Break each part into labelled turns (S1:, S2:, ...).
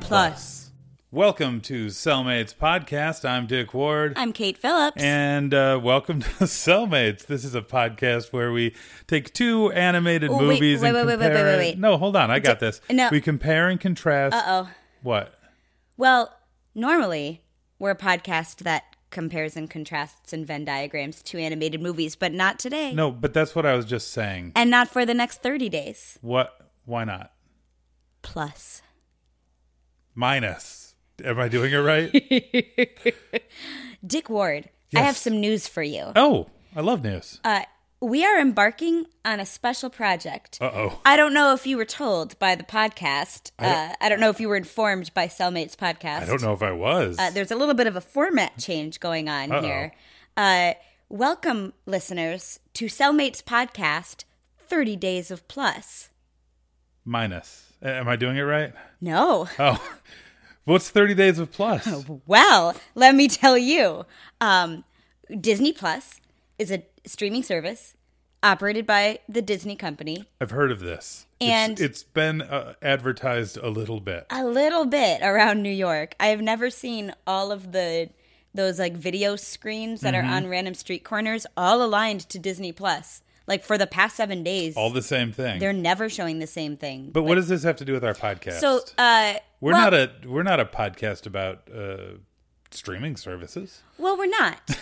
S1: Plus.
S2: Welcome to Cellmates Podcast. I'm Dick Ward.
S1: I'm Kate Phillips.
S2: and uh, welcome to Cellmates. This is a podcast where we take two animated
S1: Oh, wait,
S2: movies
S1: wait,
S2: and
S1: wait, wait, wait,
S2: compare.
S1: wait, wait, wait.
S2: No, hold on, I got
S1: Di-
S2: this.
S1: no.
S2: We compare and contrast.
S1: Uh oh.
S2: What?
S1: Well, normally we're a podcast that compares and contrasts and Venn diagrams to animated movies, but not today.
S2: No, but that's what I was just saying.
S1: And not for the next 30 days.
S2: What? Why not?
S1: Plus.
S2: Minus. Am I doing it right?
S1: Dick Ward, I
S2: Yes.
S1: have some news for you.
S2: oh, I love news.
S1: Uh, we are embarking on a special project.
S2: Uh oh.
S1: I don't know if you were told by the podcast.
S2: I don't-
S1: uh, I don't know if you were informed by Cellmates Podcast.
S2: I don't know if I was.
S1: Uh, there's a little bit of a format change going on
S2: Uh-oh.
S1: here. Uh, welcome, listeners, to Cellmates Podcast 30 Days of Plus.
S2: Minus. A- Am I doing it right?
S1: No.
S2: Oh. What's 30 days of plus?
S1: Oh, Well, let me tell you um, Disney Plus is a streaming service operated by the Disney company.
S2: I've heard of this.
S1: And- Uh,
S2: it's, it's been uh, advertised a little bit.
S1: a little bit around New York. I have never seen all of the those like video screens that are on random street corners all aligned to Disney Plus. Like for the past seven days,
S2: All the same thing.
S1: they're never showing the same thing.
S2: but what does this have to do with our podcast?
S1: so uh,
S2: we're
S1: well-
S2: not a we're not a podcast about uh, streaming services.
S1: Well, we're not,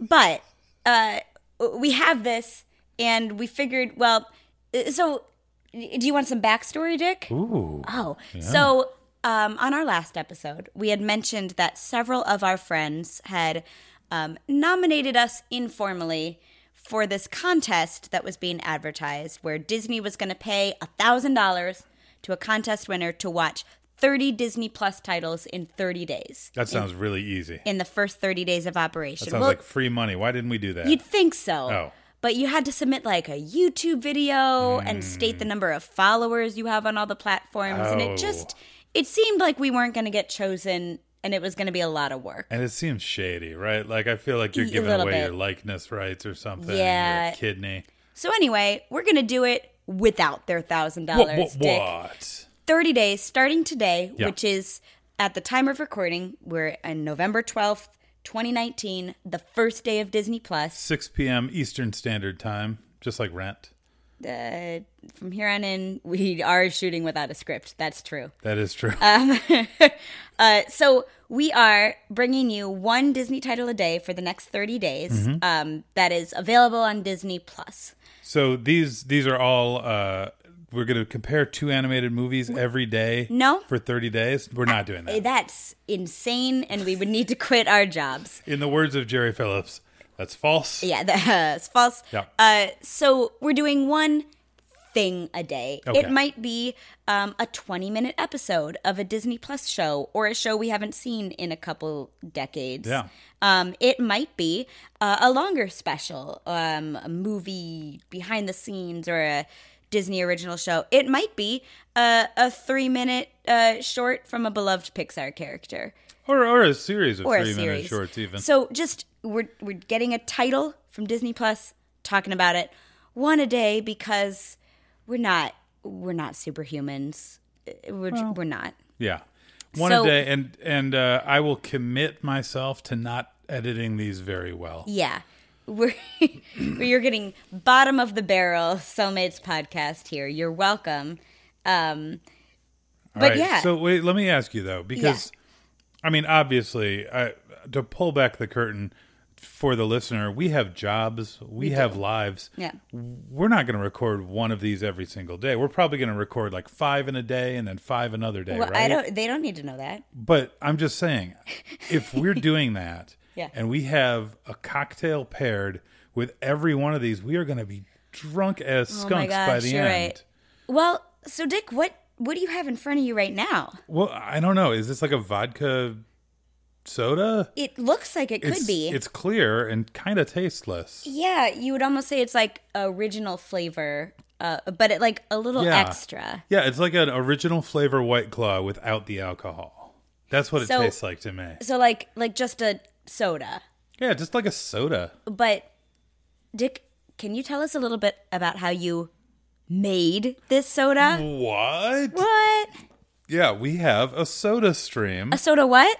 S1: but uh, we have this, and we figured. Well, uh, so do you want some backstory, Dick?
S2: Ooh.
S1: Oh, so um, on our last episode, we had mentioned that several of our friends had um, nominated us informally for this contest that was being advertised, where Disney was going to pay thousand dollars to a contest winner to watch thirty Disney Plus titles in thirty days.
S2: That sounds really easy.
S1: In the first 30 days of operation.
S2: Sounds
S1: Well,
S2: like free money. Why didn't we do that?
S1: You'd think so.
S2: Oh.
S1: But you had to submit like a YouTube video and state the number of followers you have on all the platforms. And
S2: Mm. Oh.
S1: it just, it seemed like we weren't going to get chosen and it was going to be a lot of work.
S2: and it seems shady, right? Like I feel like you're
S1: Y- a
S2: giving
S1: little
S2: away
S1: bit.
S2: your likeness rights or something.
S1: Yeah.
S2: Your kidney.
S1: So anyway, we're going to do it without their
S2: What?
S1: $1,000.
S2: What?
S1: Dick.
S2: what?
S1: 30 days starting today,
S2: Yeah.
S1: which is at the time of recording, we're on November 12th, 2019, the first day of Disney Plus.
S2: 6 p.m. Eastern Standard Time, just like rent.
S1: Uh, from here on in, we are shooting without a script. That's true.
S2: That is true.
S1: Uh, so we are bringing you one Disney title a day for the next 30 days um, that is available on Disney Plus.
S2: so these these are all uh we're going to compare two animated movies every day
S1: No.
S2: for 30 days. We're not doing that.
S1: That's insane, and we would need to quit our jobs.
S2: In the words of Jerry Phillips, that's false.
S1: Yeah, that's false.
S2: Yeah.
S1: Uh, so we're doing one thing a day.
S2: Okay.
S1: It might be um, a 20 minute episode of a Disney Plus show or a show we haven't seen in a couple decades.
S2: Yeah.
S1: Um, it might be uh, a longer special, um, a movie behind the scenes or a Disney original show. It might be a, a three minute uh, short from a beloved Pixar character
S2: Or or a series of
S1: or
S2: 3
S1: a
S2: minute
S1: series.
S2: shorts even.
S1: So just we're we're getting a title from Disney Plus, talking about it one a day because we're not we're not superhumans. Uh, We're we're not.
S2: yeah. One
S1: So-
S2: a day and and uh I will commit myself to not editing these very well.
S1: Yeah. We're you're getting bottom of the barrel cellmates podcast here. You're welcome. Um
S2: All
S1: but yeah.
S2: So wait, let me ask you though, because I mean, obviously, I, to pull back the curtain for the listener, we have jobs, we, have lives.
S1: Yeah.
S2: We're not going to record one of these every single day. We're probably going to record like five in a day and then five another day,
S1: well,
S2: right?
S1: I don't they don't need to know that.
S2: but I'm just saying, if we're doing that,
S1: Yeah.
S2: and we have a cocktail paired with every one of these, we are going to be drunk as skunks by the
S1: Oh you're
S2: end.
S1: right. Well, so Dick, what what do you have in front of you right now?
S2: Well, I don't know. Is this like a vodka soda?
S1: It looks like it could
S2: it's,
S1: be.
S2: It's clear and kind of tasteless.
S1: Yeah, you would almost say it's like original flavor, uh, but it like a little
S2: Yeah.
S1: extra.
S2: Yeah, it's like an original flavor White Claw without the alcohol. That's what it
S1: So-
S2: tastes like to me.
S1: So like like just a soda.
S2: Yeah, just like a soda.
S1: But Dick, can you tell us a little bit
S2: Mm.
S1: about how you made this soda?
S2: What?
S1: What?
S2: Yeah, we have a soda stream.
S1: A soda what?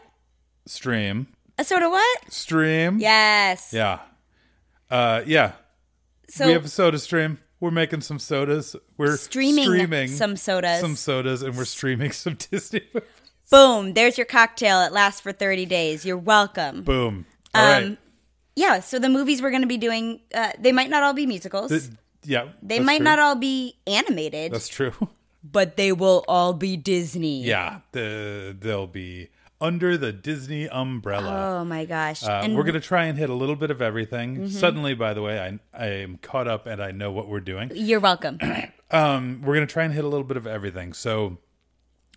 S2: Stream.
S1: A soda what?
S2: Stream.
S1: Yes.
S2: Yeah. Uh, yeah.
S1: So
S2: we have a soda stream. We're making some sodas. We're
S1: Streaming
S2: streaming,
S1: some sodas.
S2: Some sodas, and we're streaming some Disney. movies.
S1: boom, there's your cocktail. It lasts for 30 days. You're welcome.
S2: Boom. All right.
S1: Um, yeah, so the movies we're going to be doing, uh, they might not all be musicals.
S2: Th- yeah.
S1: they
S2: that's
S1: might
S2: true.
S1: not all be animated,
S2: That's true.
S1: but they will all be Disney.
S2: Yeah. The, they'll be under the Disney umbrella.
S1: Oh my gosh.
S2: Uh,
S1: and Mm-hmm.
S2: we're gonna try and hit a little bit of everything. Suddenly, by the way, I I am caught up and I know what we're doing.
S1: you're welcome.
S2: um, we're gonna try and hit a little bit of everything. So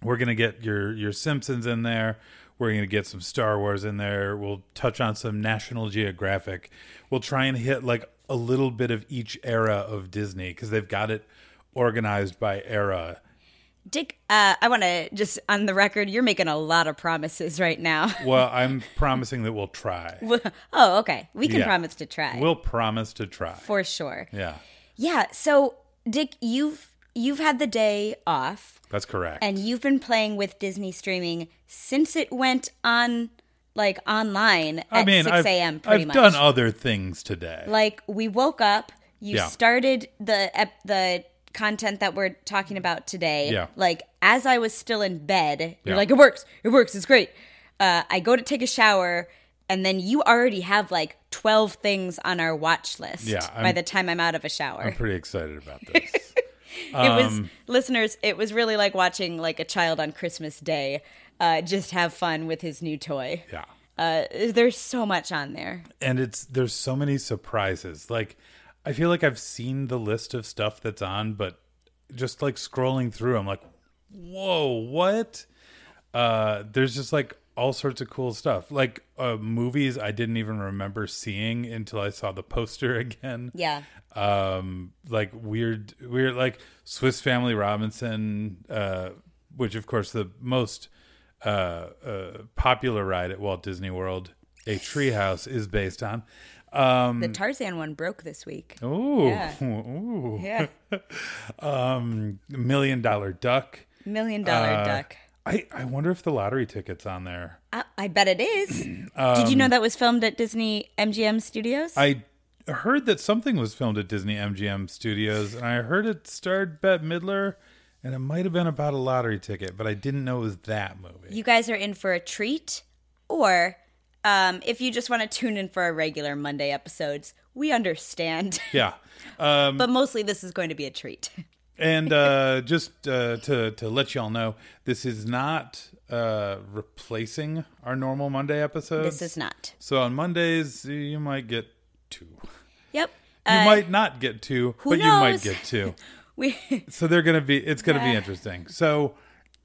S2: we're gonna get your your Simpsons in there. We're gonna get some Star Wars in there. We'll touch on some National Geographic. We'll try and hit like a little bit of each era of Disney because they've got it organized by era.
S1: Dick, uh, I want to just on the record, you're making a lot of promises right now.
S2: Well, I'm promising that we'll try.
S1: oh, okay. We can
S2: Yeah.
S1: promise to try.
S2: We'll promise to try.
S1: for sure.
S2: Yeah,
S1: Yeah, so Dick, you've you've had the day off.
S2: that's correct.
S1: and you've been playing with Disney streaming since it went on like online at
S2: I mean,
S1: 6
S2: I've-
S1: a.m. pretty
S2: I've
S1: much.
S2: done other things today.
S1: like we woke up, you
S2: Yeah.
S1: started the ep- the content that we're talking about today.
S2: Yeah.
S1: Like as I was still in bed, you're
S2: Yeah.
S1: like, it works, it works, it's great. Uh, I go to take a shower. And then you already have like 12 things on our watch list
S2: Yeah,
S1: by
S2: I'm-
S1: the time I'm out of a shower.
S2: I'm pretty excited about this.
S1: It was
S2: um,
S1: listeners. It was really like watching like a child on Christmas Day, uh, just have fun with his new toy.
S2: yeah.
S1: Uh, there's so much on there.
S2: and it's there's so many surprises. Like I feel like I've seen the list of stuff that's on, but just like scrolling through, I'm like, whoa, what? Uh, there's just like all sorts of cool stuff, like uh, movies I didn't even remember seeing until I saw the poster again.
S1: Yeah,
S2: Um, like weird, weird, like Swiss Family Robinson, uh, which of course the most uh, uh, popular ride at Walt Disney World, a treehouse, is based on. Um,
S1: the Tarzan one broke this week.
S2: ooh,
S1: Yeah.
S2: ooh,
S1: Yeah,
S2: um, million dollar duck.
S1: million dollar
S2: Uh,
S1: duck.
S2: I I wonder if the lottery ticket's on there.
S1: I, I bet it is. Did you know that was filmed at Disney MGM Studios?
S2: um, I heard that something was filmed at Disney MGM Studios, and I heard it starred Bette Midler, and it might have been about a lottery ticket, but I didn't know it was that movie.
S1: you guys are in for a treat, or um, if you just want to tune in for our regular Monday episodes, we understand.
S2: Yeah, um,
S1: but mostly, this is going to be a treat.
S2: and uh, just uh, to to let y'all know, this is not uh, replacing our normal Monday episodes.
S1: this is not.
S2: so on Mondays you might get two.
S1: Yep.
S2: You
S1: Uh,
S2: might not get two, but you might
S1: knows?
S2: get two.
S1: we.
S2: so they're gonna be it's gonna be interesting so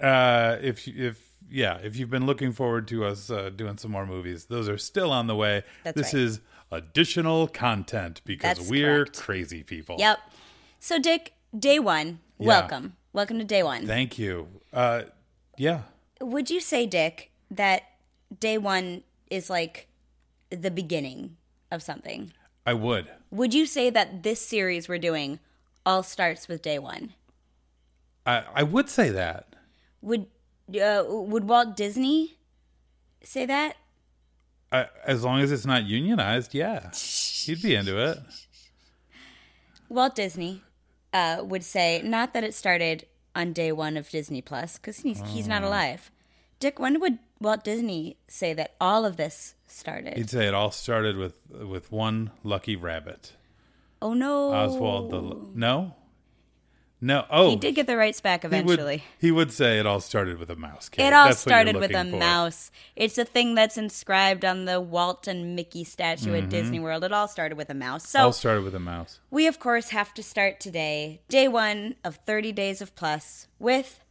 S2: uh if you- if yeah if you've been looking forward to us uh, doing some more movies those are still on the way
S1: That's
S2: this
S1: right.
S2: is additional content because
S1: That's
S2: we're
S1: correct.
S2: crazy people
S1: Yep. So, Dick, day one,
S2: Yeah.
S1: welcome. Welcome to day one.
S2: thank you uh yeah
S1: Would you say, Dick, that day one is like the beginning of something?
S2: i would
S1: Would you say that this series we're doing all starts with day one?
S2: i i would say that
S1: Would uh, would Walt Disney say that?
S2: I, as long as it's not unionized yeah he'd be into it
S1: Walt Disney uh, would say not that it started on day one of Disney Plus because he's, he's
S2: Mm.
S1: not alive. Dick, when would Walt Disney say that all of this started?
S2: he'd say it all started with with one lucky rabbit
S1: oh no,
S2: oswald the l- no no oh
S1: Oh. He did get the rights back
S2: He would-
S1: eventually.
S2: He would, say it all started with a mouse. Kid.
S1: It all
S2: That's what you're
S1: started with a
S2: looking for.
S1: mouse. It's a thing that's inscribed on the Walt and Mickey statue
S2: Mm-hmm.
S1: at Disney World. It all started with a mouse. So
S2: All started with a mouse.
S1: we, of course, have to start today, day one of 30 Days of Plus, with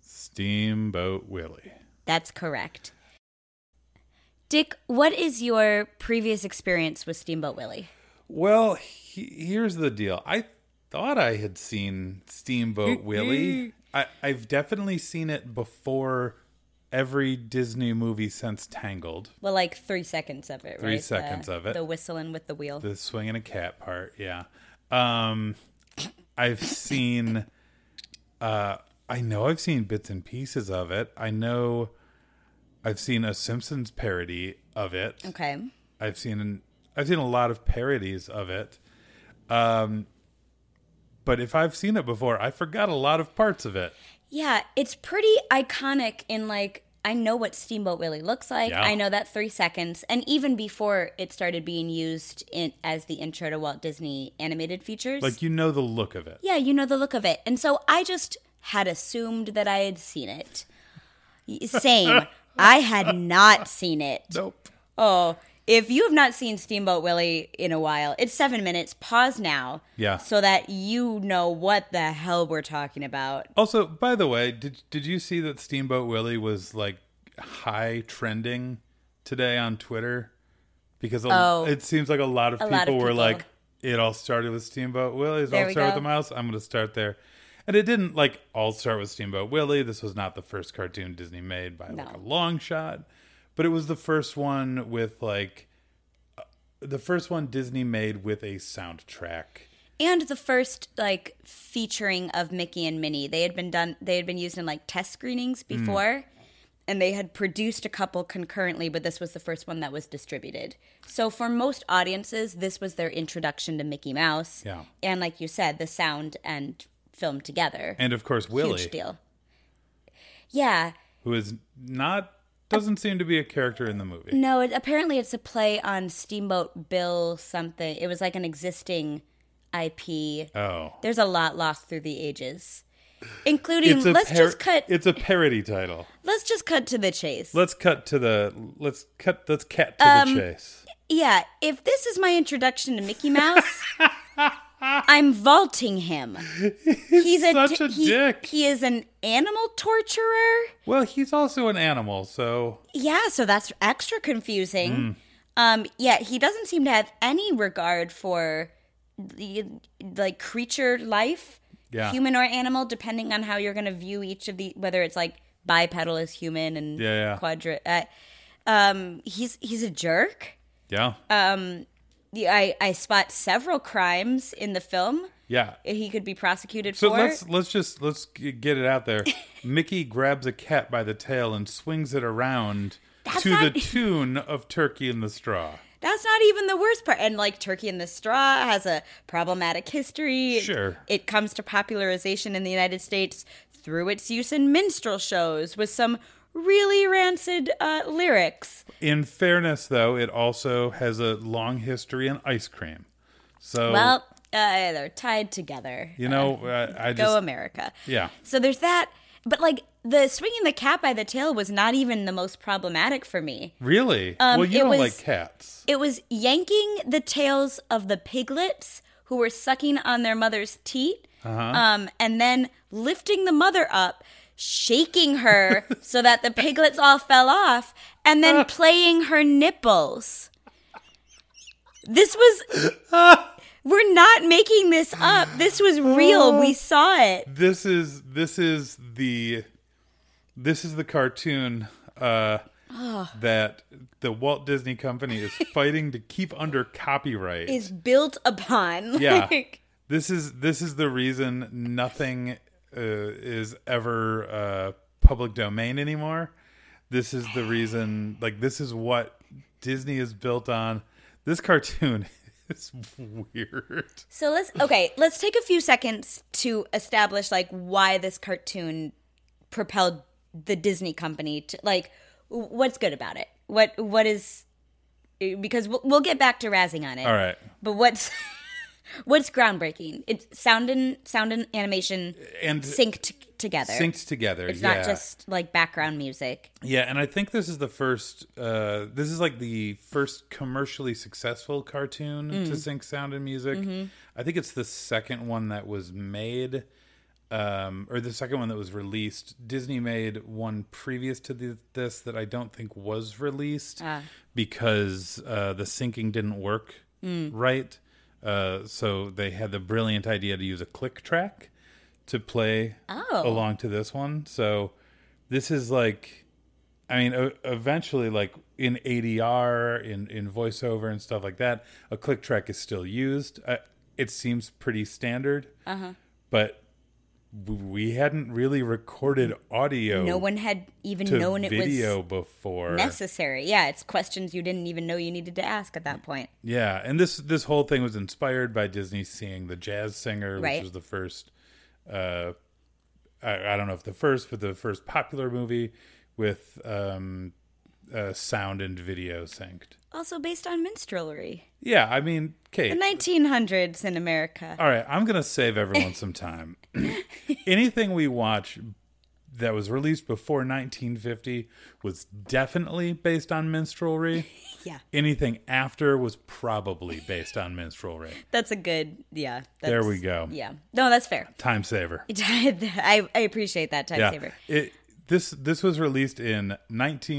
S2: Steamboat Willie.
S1: That's Correct. Dick, what is your previous experience with Steamboat Willie?
S2: Well, he, here's the deal. I thought I had seen Steamboat Willie. I, I've definitely seen it before every Disney movie since Tangled.
S1: Well, like three seconds of it,
S2: Three
S1: right?
S2: seconds
S1: the,
S2: of it.
S1: The whistling with the wheel.
S2: The swinging a cat part, yeah. Um, I've seen. Uh, I know I've seen bits and pieces of it. I know I've seen a Simpsons parody of it.
S1: Okay.
S2: I've seen I've seen a lot of parodies of it. Um but if I've seen it before, I forgot a lot of parts of it.
S1: Yeah, it's pretty iconic in like I know what Steamboat Willie looks like.
S2: Yeah.
S1: I know that 3 seconds and even before it started being used in as the intro to Walt Disney animated features.
S2: Like you know the look of it.
S1: yeah, you know the look of it. And so I just had assumed that I had seen it. Y- Same. I had not seen it.
S2: Nope.
S1: Oh, if you have not seen Steamboat Willie in a while, it's seven minutes. Pause now.
S2: Yeah.
S1: So that you know what the hell we're talking about.
S2: Also, by the way, did did you see that Steamboat Willie was like high trending today on Twitter? Because a,
S1: Oh.
S2: it seems like a lot of,
S1: A
S2: people,
S1: lot of
S2: were
S1: people.
S2: like, "It all started with Steamboat Willie. It
S1: There
S2: all
S1: we
S2: started with
S1: go.
S2: the mouse. I'm going to start there." And it didn't like all start with Steamboat Willie. This was not the first cartoon Disney made by like
S1: No.
S2: a long shot, but it was the first one with like uh, the first one Disney made with a soundtrack.
S1: And the first like featuring of Mickey and Minnie. They had been done they had been used in like test screenings
S2: Hmm.
S1: before. And they had produced a couple concurrently, but this was the first one that was distributed. So for most audiences, this was their introduction to Mickey Mouse.
S2: Yeah.
S1: And like you said, the sound and film together.
S2: And of course, Willie.
S1: Huge deal. Yeah.
S2: who is not doesn't seem to be a character in the movie.
S1: No, it, apparently it's a play on Steamboat Bill something. It was like an existing IP.
S2: Oh,
S1: There's a lot lost through the ages, including let's
S2: par-
S1: just cut.
S2: It's a parody title.
S1: let's just cut to the chase.
S2: Let's cut to the let's cut let's cut to
S1: Um,
S2: the chase.
S1: yeah, if this is my introduction to Mickey Mouse, I'm vaulting him. He's, a
S2: such
S1: di-
S2: a
S1: he-
S2: dick.
S1: He is an animal torturer.
S2: Well, he's also an animal, so
S1: Yeah, so that's extra confusing.
S2: Mm.
S1: Um, yeah, he doesn't seem to have any regard for the, like creature life,
S2: Yeah.
S1: human or animal, depending on how you're going to view each of the whether it's like bipedal is human and
S2: Yeah, yeah.
S1: quadru- Uh, um, he's he's a jerk.
S2: yeah,
S1: Uh, The- I I spot several crimes in the film
S2: yeah.
S1: he could be prosecuted
S2: So
S1: for.
S2: let's let's just let's g- get it out there. Mickey grabs a cat by the tail and swings it around
S1: That's
S2: to
S1: not-
S2: the tune of Turkey in the Straw.
S1: That's not even the worst part. And like Turkey in the Straw has a problematic history. It-
S2: Sure.
S1: It, comes to popularization in the United States through its use in minstrel shows with some really rancid uh, lyrics.
S2: In fairness, though, it also has a long history in ice cream. So
S1: Well, uh, they're tied together.
S2: Oh. you know, I, I
S1: Go
S2: just
S1: America.
S2: Yeah.
S1: So there's that. But like the swinging the cat by the tail was not even the most problematic for me.
S2: Really? well, you
S1: Um, it
S2: don't
S1: was-
S2: like cats.
S1: It was yanking the tails of the piglets who were sucking on their mother's teat, um, and then lifting the mother up, shaking her so that the piglets all fell off, and then playing her nipples. This was. We're not making this up. This was real. We saw it.
S2: This is this is the this is the cartoon uh,
S1: Ah.
S2: that the Walt Disney Company is fighting to keep under copyright.
S1: Is built upon.
S2: Yeah.
S1: Like,
S2: this is this is the reason nothing uh, is ever uh, public domain anymore. This is the reason, like, this is what Disney is built on. This cartoon is weird.
S1: So let's okay, let's take a few seconds to establish like why this cartoon propelled the Disney company to like w- what's good about it. What what is because we'll, we'll get back to razzing on it.
S2: All right.
S1: But what's what's groundbreaking? It's sound and sound and animation
S2: And
S1: synced together.
S2: synced together.
S1: it's
S2: Uh, yeah.
S1: not just like background music.
S2: Yeah, and I think this is the first. Uh, this is like the first commercially successful cartoon to sync sound and music. I think it's the second one that was made, um, or the second one that was released. Disney made one previous to the, this that I don't think was released because uh, the syncing didn't work right. Uh, so they had the brilliant idea to use a click track to play
S1: Oh.
S2: along to this one. So this is like I mean, e- eventually, like in ADR, in in voiceover and stuff like that, a click track is still used. Uh, it seems pretty standard, uh-huh. but we hadn't really recorded audio
S1: No one had even
S2: Oh. to
S1: known it
S2: video
S1: was
S2: before.
S1: necessary. Yeah, it's questions you didn't even know you needed to ask at that point.
S2: Yeah, and this this whole thing was inspired by Disney seeing the Jazz Singer,
S1: Right.
S2: which was the first. Uh, I, I don't know if the first, but the first popular movie with um, uh, sound and video synced.
S1: Also based on minstrelry.
S2: Yeah, I mean, Kate.
S1: The 1900s in America.
S2: all right, I'm gonna save everyone some time. Anything we watch that was released before 1950 was definitely based on minstrelry.
S1: Yeah.
S2: Anything after was probably based on minstrelry.
S1: That's a good, yeah. That's,
S2: There we go.
S1: Yeah. No, that's fair.
S2: Time saver.
S1: I, I appreciate that time
S2: yeah.
S1: saver.
S2: It this this was released in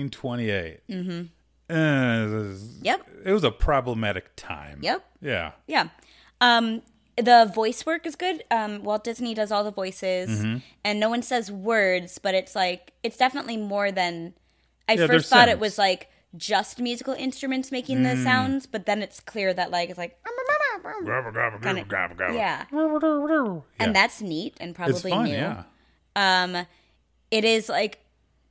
S2: 1928. Mm-hmm. Uh, it was-
S1: Yep.
S2: It was a problematic time.
S1: Yep.
S2: Yeah.
S1: Yeah. Um, the voice work is good. Um, Walt Disney does all the voices,
S2: Mm-hmm.
S1: and no one says words, but it's like it's definitely more than. I
S2: Yeah,
S1: first
S2: there's Mm.
S1: thought it
S2: sounds.
S1: was like just musical instruments making the sounds, but then it's clear that like it's like
S2: Gobble, gobble,
S1: Kinda-
S2: gobble, gobble, gobble.
S1: yeah,
S2: Yeah.
S1: and that's neat and probably
S2: It's fun.
S1: new.
S2: Yeah.
S1: Um, it is like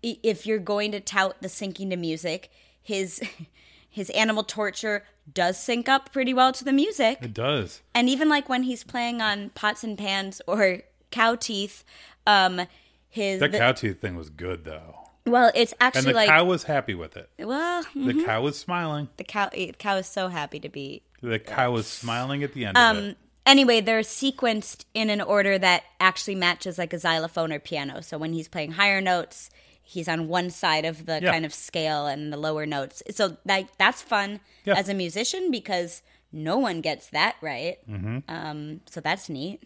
S1: i- if you're going to tout the syncing to music, his his animal torture does sync up pretty well to the music.
S2: It does.
S1: and even like when he's playing on pots and pans or cow teeth um his
S2: That
S1: the-
S2: cow tooth thing was good though,
S1: well it's
S2: and
S1: actually
S2: the
S1: like Mm-hmm.
S2: cow was happy with it.
S1: well
S2: The cow was smiling.
S1: the cow the cow is so happy to be
S2: The cow was smiling at the end
S1: Um,
S2: of it.
S1: anyway they're sequenced in an order that actually matches like a xylophone or piano so when he's playing higher notes he's on one side of the
S2: Yeah.
S1: kind of scale and the lower notes so like that's fun
S2: Yeah.
S1: as a musician because no one gets that right
S2: Mm-hmm.
S1: um so that's neat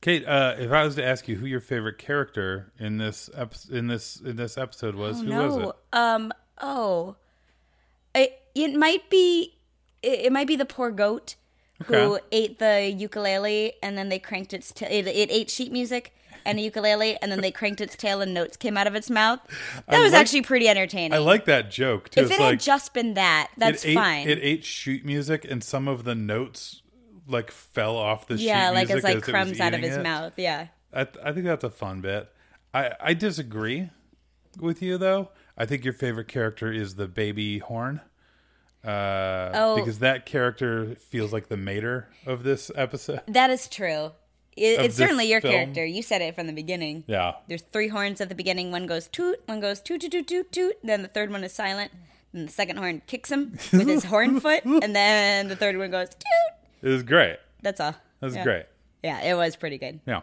S2: Kate, uh, if I was to ask you who your favorite character in this ep- in this in this episode was,
S1: Oh,
S2: who was it?
S1: Um. Oh. It it might be it, it might be the poor goat who
S2: Okay.
S1: ate the ukulele and then they cranked its tail. It, it ate sheet music and a ukulele and then they cranked its tail and notes came out of its mouth. That was
S2: like-
S1: actually pretty entertaining.
S2: I like that joke too.
S1: if
S2: it's
S1: it
S2: like
S1: had just been that, that's
S2: it ate,
S1: fine.
S2: It ate sheet music, and some of the notes like fell off the
S1: yeah,
S2: sheet
S1: like
S2: music
S1: it's like
S2: as
S1: crumbs
S2: was
S1: out of
S2: eating
S1: his
S2: it.
S1: mouth. Yeah.
S2: I, I think that's a fun bit. I I disagree with you though. I think your favorite character is the baby horn. Uh,
S1: Oh.
S2: because that character feels like the mater of this episode.
S1: That is true. It,
S2: Of
S1: it's
S2: this
S1: certainly your
S2: film.
S1: character. You said it from the beginning.
S2: Yeah.
S1: There's three horns at the beginning. One goes toot, one goes toot, toot, toot, toot, toot. Then the third one is silent. Then the second horn kicks him with his horn foot. And then the third one goes toot.
S2: It was great.
S1: That's all.
S2: That's
S1: yeah.
S2: great.
S1: Yeah, it was pretty good.
S2: Yeah.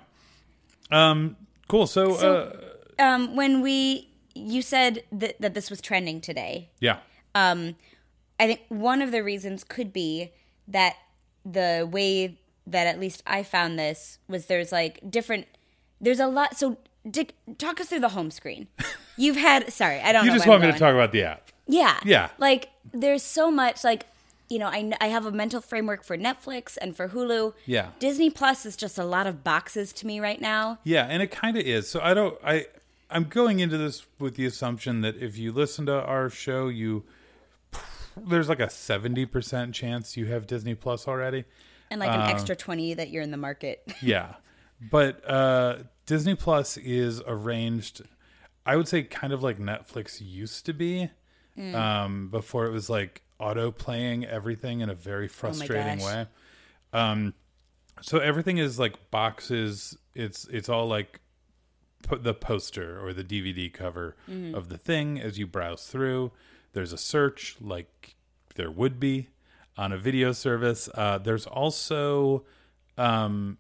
S2: Um. Cool. So. uh,
S1: Um, when we, you said that, that this was trending today.
S2: yeah.
S1: I think one of the reasons could be that the way that at least I found this was there's like different, there's a lot. So, Dick, talk us through the home screen. You've had, sorry, I don't
S2: You
S1: know.
S2: just
S1: where I'm
S2: want me to
S1: going.
S2: talk about the app.
S1: Yeah.
S2: Yeah.
S1: Like there's so much like you know, I, kn- I have a mental framework for Netflix and for Hulu.
S2: Yeah.
S1: Disney Plus is just a lot of boxes to me right now.
S2: Yeah, and it kind of is. So I don't. I I'm going into this with the assumption that if you listen to our show, you there's like a seventy percent chance you have Disney Plus already.
S1: And like
S2: Uh.
S1: an extra 20 that you're in the market.
S2: Yeah, but uh, Disney Plus is arranged. I would say kind of like Netflix used to be, um, before it was like auto playing everything in a very frustrating
S1: gosh.
S2: way. Um, so everything is like boxes. It's it's all like po- the poster or the DVD cover of the thing as you browse through. There's a search like there would be on a video service. Uh, there's also um,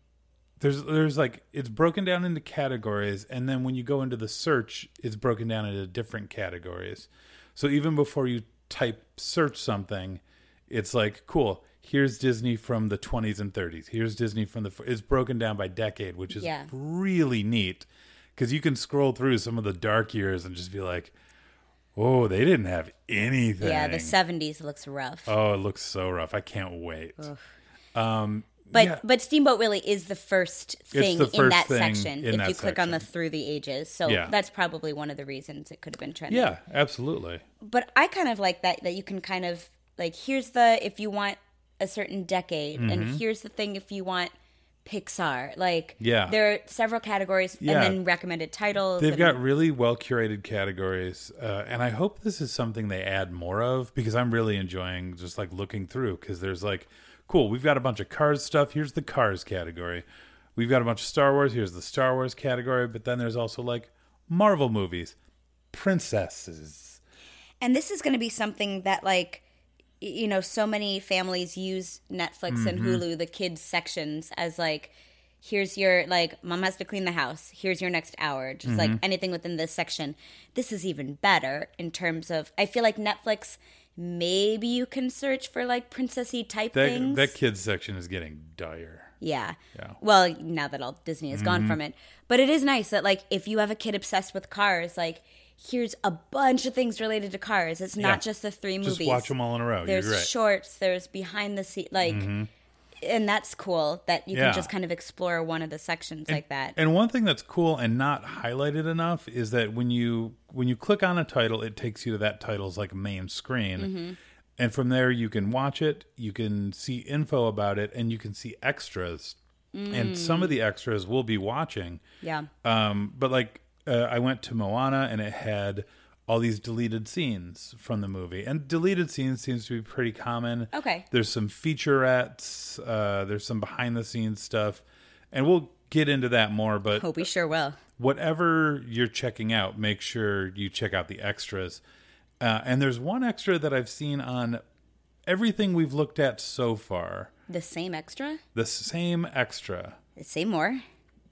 S2: there's there's like it's broken down into categories, and then when you go into the search, it's broken down into different categories. So even before you type search something, it's like cool. Here's Disney from the 20s and 30s. Here's Disney from the. f- It's broken down by decade, which is
S1: Yeah.
S2: really neat because you can scroll through some of the dark years and just be like, "Oh, they didn't have anything."
S1: yeah, the 70s looks rough.
S2: oh, it looks so rough. I can't wait.
S1: but
S2: yeah.
S1: but Steamboat really is the first thing
S2: the
S1: in
S2: first
S1: that
S2: thing
S1: section
S2: in
S1: if
S2: that
S1: you click on the
S2: section.
S1: through the ages. So
S2: Yeah.
S1: that's probably one of the reasons it could have been trending.
S2: Yeah, absolutely.
S1: but I kind of like that that you can kind of
S2: Mm-hmm.
S1: like here's the if you want a certain decade and here's the thing if you want Pixar. Like,
S2: Yeah.
S1: there are several categories
S2: Yeah.
S1: and then recommended titles.
S2: They've
S1: and-
S2: got really well curated categories, uh, and I hope this is something they add more of because I'm really enjoying just like looking through because there's like, cool, we've got a bunch of Cars stuff. Here's the Cars category. We've got a bunch of Star Wars. Here's the Star Wars category. But then there's also like Marvel movies, princesses.
S1: and this is going to be something that like y- you know so many families use netflix and hulu the kids sections as like here's your like mom has to clean the house here's your next hour just like anything within this section this is even better in terms of i feel like netflix maybe you can search for like princessy type
S2: That
S1: things
S2: that kids section is getting dire.
S1: yeah.
S2: Yeah. Mm-hmm.
S1: Well, now that all Disney is gone from it, but it is nice that like if you have a kid obsessed with cars, like here's a bunch of things related to cars. It's not
S2: Yeah.
S1: just the three
S2: Just
S1: movies.
S2: watch them all in a row.
S1: There's
S2: You're right. Mm-hmm.
S1: shorts. There's behind the scene, like, and that's cool that you
S2: Yeah.
S1: can just kind of explore one of the sections like that.
S2: And one thing that's cool and not highlighted enough is that when you when you click on a title, it takes you to that title's like main screen.
S1: Mm-hmm.
S2: And from there you can watch it, you can see info about it, and you can see extras. And some of
S1: Mm.
S2: the extras we'll be watching.
S1: yeah.
S2: Um, but like uh, I went to Moana and it had all these deleted scenes from the movie, and deleted scenes seems to be pretty common.
S1: Okay.
S2: There's some featurettes. Uh, there's some behind the scenes stuff, and we'll get into that more. But
S1: Hope we sure will.
S2: whatever you're checking out, make sure you check out the extras. Uh, and there's one extra that I've seen on everything we've looked at so far.
S1: The same extra.
S2: The same extra.
S1: Say more.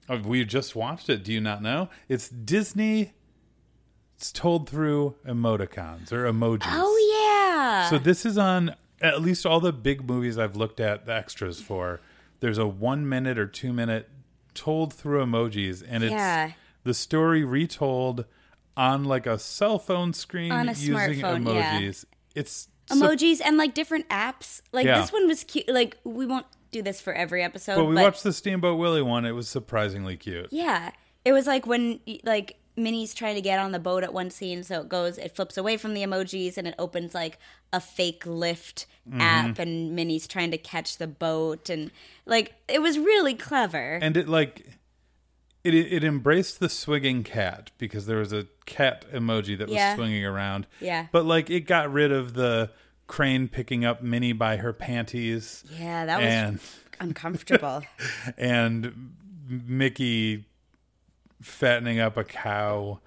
S2: Oh, We just watched it. Do you not know? It's Disney. It's told through emoticons or emojis.
S1: Oh yeah.
S2: So this is on at least all the big movies I've looked at the extras for. There's a one minute or two minute told through emojis, and it's
S1: Yeah.
S2: the story retold on like a cell phone screen
S1: On a
S2: using
S1: smartphone, yeah.
S2: emojis. It's so,
S1: Emojis and like different apps. Like
S2: Yeah.
S1: this one was cute. Like we won't do this for every episode,
S2: but we
S1: but
S2: watched the Steamboat Willie one. It was surprisingly cute.
S1: Yeah. It was like when like Minnie's trying to get on the boat at one scene, so it goes it flips away from the emojis and it opens like a fake lift app
S2: Mm-hmm.
S1: and Minnie's trying to catch the boat and like it was really clever.
S2: and it like it it embraced the swinging cat because there was a cat emoji that was
S1: Yeah.
S2: swinging around.
S1: Yeah.
S2: But like it got rid of the crane picking up Minnie by her panties.
S1: yeah, that was
S2: and
S1: uncomfortable.
S2: and Mickey fattening up a cow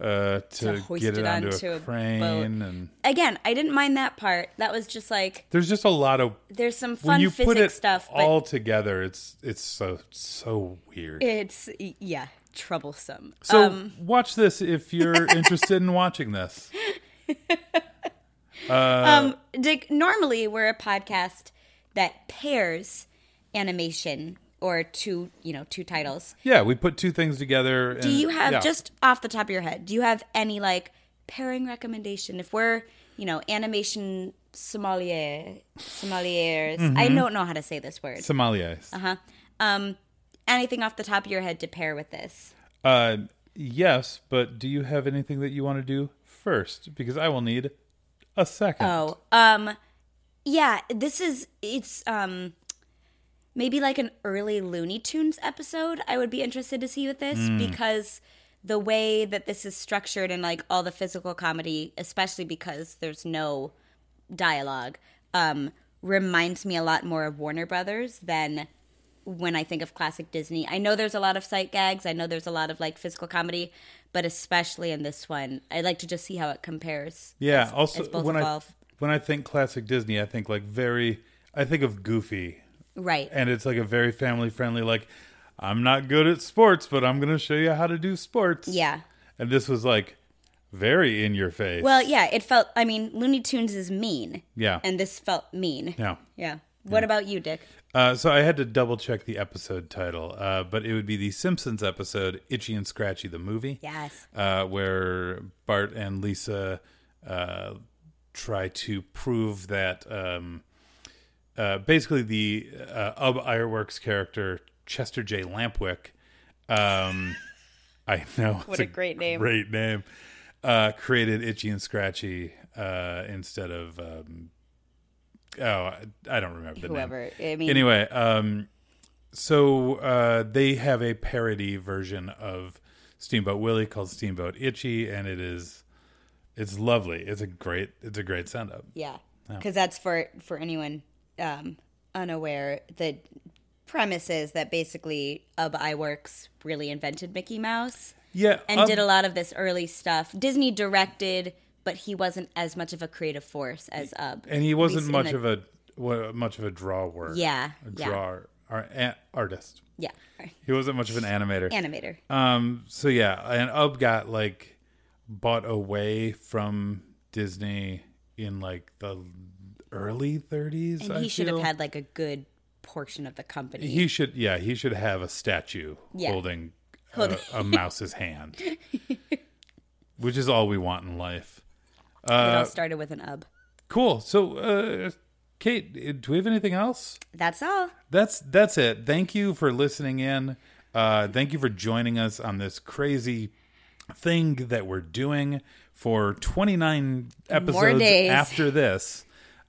S2: uh to,
S1: hoist
S2: get it,
S1: it
S2: onto,
S1: onto
S2: a
S1: a
S2: crane and
S1: Again, I didn't mind that part. That was just like
S2: there's just a lot of
S1: there's some
S2: when
S1: fun
S2: you put it
S1: physics stuff, but
S2: all together it's it's so so weird.
S1: it's yeah, troublesome.
S2: So watch this if you're interested in watching this.
S1: Um, Dick, normally we're a podcast that pairs animation or two, you know, two titles.
S2: Yeah, we put two things together.
S1: Do you have just off the top of your head? Do you have any like pairing recommendation? If we're, you know, animation sommelier, sommeliers, I don't know how to say this word.
S2: sommeliers? uh
S1: Um, anything off the top of your head to pair with this?
S2: Uh, yes, but do you have anything that you want to do first? Because I will need a second.
S1: Oh, um, yeah, this is it's um maybe like an early Looney Tunes episode. I would be interested to see with this because the way that this is structured and like all the physical comedy, especially because there's no dialogue, um, reminds me a lot more of Warner Brothers than when I think of classic Disney. I know there's a lot of sight gags. I know there's a lot of like physical comedy, but especially in this one, I'd like to just see how it compares.
S2: yeah. Also,
S1: it's both
S2: when
S1: evolve.
S2: I when I think classic Disney, I think like very. I think of Goofy,
S1: Right.
S2: and it's like a very family friendly. Like, I'm not good at sports, but I'm going to show you how to do sports.
S1: Yeah.
S2: And this was like very in your face.
S1: Well, yeah, it felt. I mean, Looney Tunes is mean.
S2: Yeah.
S1: And this felt mean.
S2: yeah.
S1: Yeah. What about you, Dick?
S2: Uh, so I had to double check the episode title, uh, but it would be the Simpsons episode "Itchy and Scratchy" the movie,
S1: Yes.
S2: uh, where Bart and Lisa uh, try to prove that um, uh, basically the uh, Ub Ironworks character Chester J. Lampwick. Um, I know what
S1: a great name.
S2: Great name. Uh, created Itchy and Scratchy uh, instead of um, oh I, I don't remember the name
S1: Whoever. I mean,
S2: anyway um so uh, they have a parody version of Steamboat Willie called Steamboat Itchy, and it is it's lovely. It's a great it's a great send up.
S1: Yeah, because that's for for anyone um, unaware. The premise is that basically Ub Iwerks really invented Mickey Mouse
S2: Yeah,
S1: and
S2: Ub-
S1: did a lot of this early stuff. Disney directed, but he wasn't as much of a creative force as Ub.
S2: and he
S1: least
S2: wasn't
S1: in
S2: much
S1: the-
S2: of a wa- much of a draw work.
S1: Yeah,
S2: a
S1: yeah.
S2: draw ar- a- artist.
S1: Yeah,
S2: He wasn't much of an animator.
S1: animator.
S2: Um. So yeah, and Ub got like bought away from Disney in like the early 30s.
S1: And
S2: I
S1: he should have
S2: feel.
S1: had like a good portion of the company.
S2: He should. Yeah, he should have a statue
S1: Yeah.
S2: holding a, a mouse's hand, which is all we want in life. uh,
S1: it all started with an Ub.
S2: Cool. So, uh, Kate, uh, do we have anything else?
S1: That's all.
S2: That's that's it. Thank you for listening in. Uh, thank you for joining us on this crazy thing that we're doing for 29 episodes
S1: days.
S2: after this.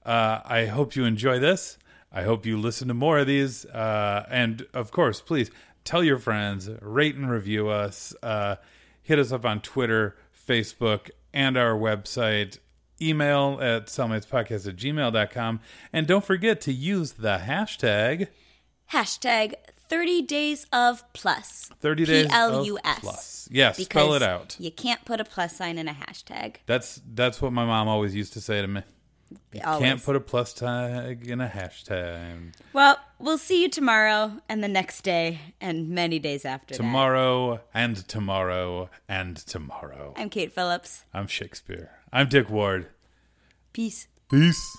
S2: Uh, I hope you enjoy this. I hope you listen to more of these. Uh, and of course, please tell your friends, rate and review us, uh, hit us up on Twitter, Facebook, and our website. Email at cellmatespodcast at gmail.com. And don't forget to use the hashtag
S1: Hashtag 30 days of plus.
S2: 30 days of
S1: P-L-U-S.
S2: plus. Yeah, spell it out.
S1: You can't put a plus sign in a hashtag.
S2: That's that's what my mom always used to say to me.
S1: Always.
S2: Can't put a plus tag in a hashtag.
S1: well, we'll see you tomorrow and the next day and many days after
S2: Tomorrow and tomorrow and tomorrow.
S1: that. I'm Kate Phillips.
S2: I'm Shakespeare. I'm Dick Ward.
S1: Peace.
S2: Peace.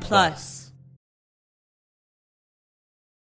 S1: plus.